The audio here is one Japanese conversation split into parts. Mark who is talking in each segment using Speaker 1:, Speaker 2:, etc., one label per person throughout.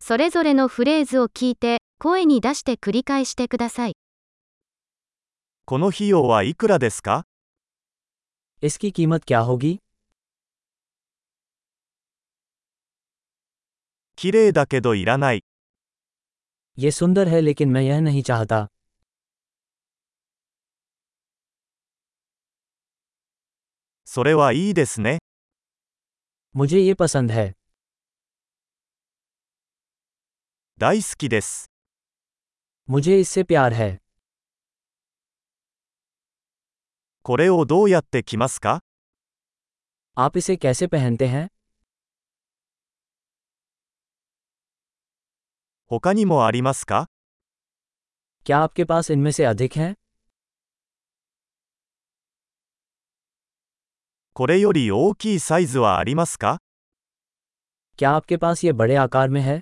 Speaker 1: それぞれのフレーズを聞いて、声に出して繰り返してください。
Speaker 2: この費用はいくらですか
Speaker 3: इसकी कीमत क्या होगी
Speaker 2: 綺麗だけどいらない。
Speaker 3: ये सुंदर है लेकिन मैं यह नहीं चाहता
Speaker 2: それはいいですね。
Speaker 3: मुझे ये पसंद है
Speaker 2: 大好きです。
Speaker 3: मुझे इससे प्यार है
Speaker 2: これをどうやって着ますか
Speaker 3: आप इसे कैसे पहनते हैं
Speaker 2: 他にもありますか
Speaker 3: क्या आपके पास इनमें से अधिक हैं
Speaker 2: これより大きいサイズはありますか
Speaker 3: क्या आपके पास ये बड़े आकार में है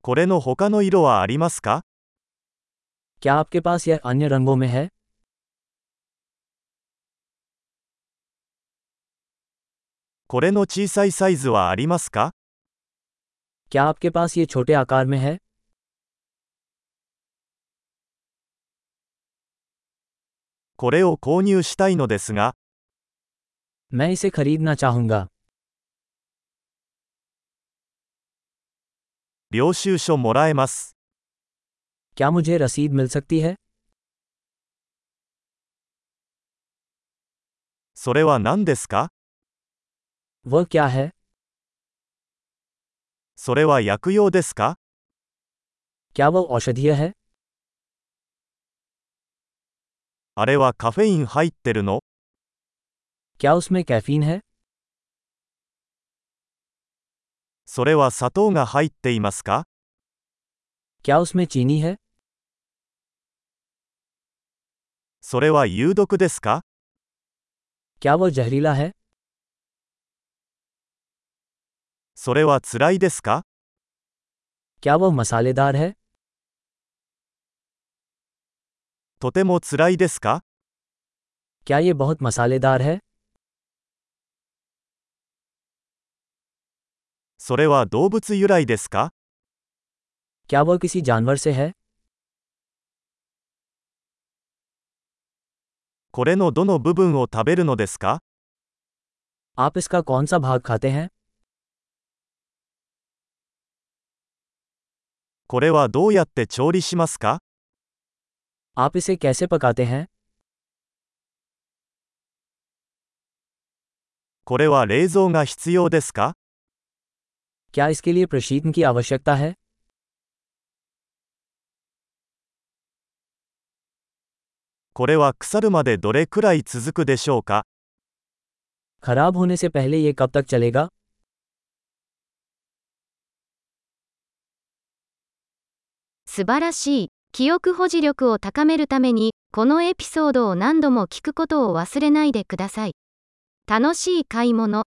Speaker 2: これの他の色はありますか
Speaker 3: क्या आपके पास यह अन्य रंगों में है
Speaker 2: これの小さいサイズはありますか
Speaker 3: क्या आपके पास ये छोटे आकार में है
Speaker 2: これを購入したいのですが、
Speaker 3: मैं इसे खरीदना चाहूँगा
Speaker 2: 領収書もらえます。
Speaker 3: क्या मुझे रसीद मिल सकती है
Speaker 2: それは何ですか
Speaker 3: वह क्या है
Speaker 2: それは薬用ですか
Speaker 3: क्या वह औषधीय है
Speaker 2: あれはカフェイン入ってるの
Speaker 3: क्या उसमें कैफीन है
Speaker 2: それは砂糖が入っていますか
Speaker 3: क्या उसमें चीनी है
Speaker 2: それは有毒ですか
Speaker 3: क्या वह जहरीला है
Speaker 2: それは辛いですか
Speaker 3: क्या वह मसालेदार है
Speaker 2: とても辛いですか
Speaker 3: क्या ये बहुत मसालेदार है
Speaker 2: それは動物由来ですか
Speaker 3: क्या वह किसी जानवर से है
Speaker 2: これのどの部分を食べるのですか
Speaker 3: आप इसका कौन सा भाग खाते हैं
Speaker 2: これはどうやって調理しますか
Speaker 3: आप इसे कैसे पकाते हैं
Speaker 2: これは冷蔵が必要ですか
Speaker 3: क्या इसके लिए प्रशीतन की आवश्यकता है
Speaker 2: これは腐るまでどれくらい続くでしょうか
Speaker 3: खराब होने से पहले ये कब तक चलेगा
Speaker 1: 素晴らしい。記憶保持力を高めるために、このエピソードを何度も聞くことを忘れないでください。楽しい買い物。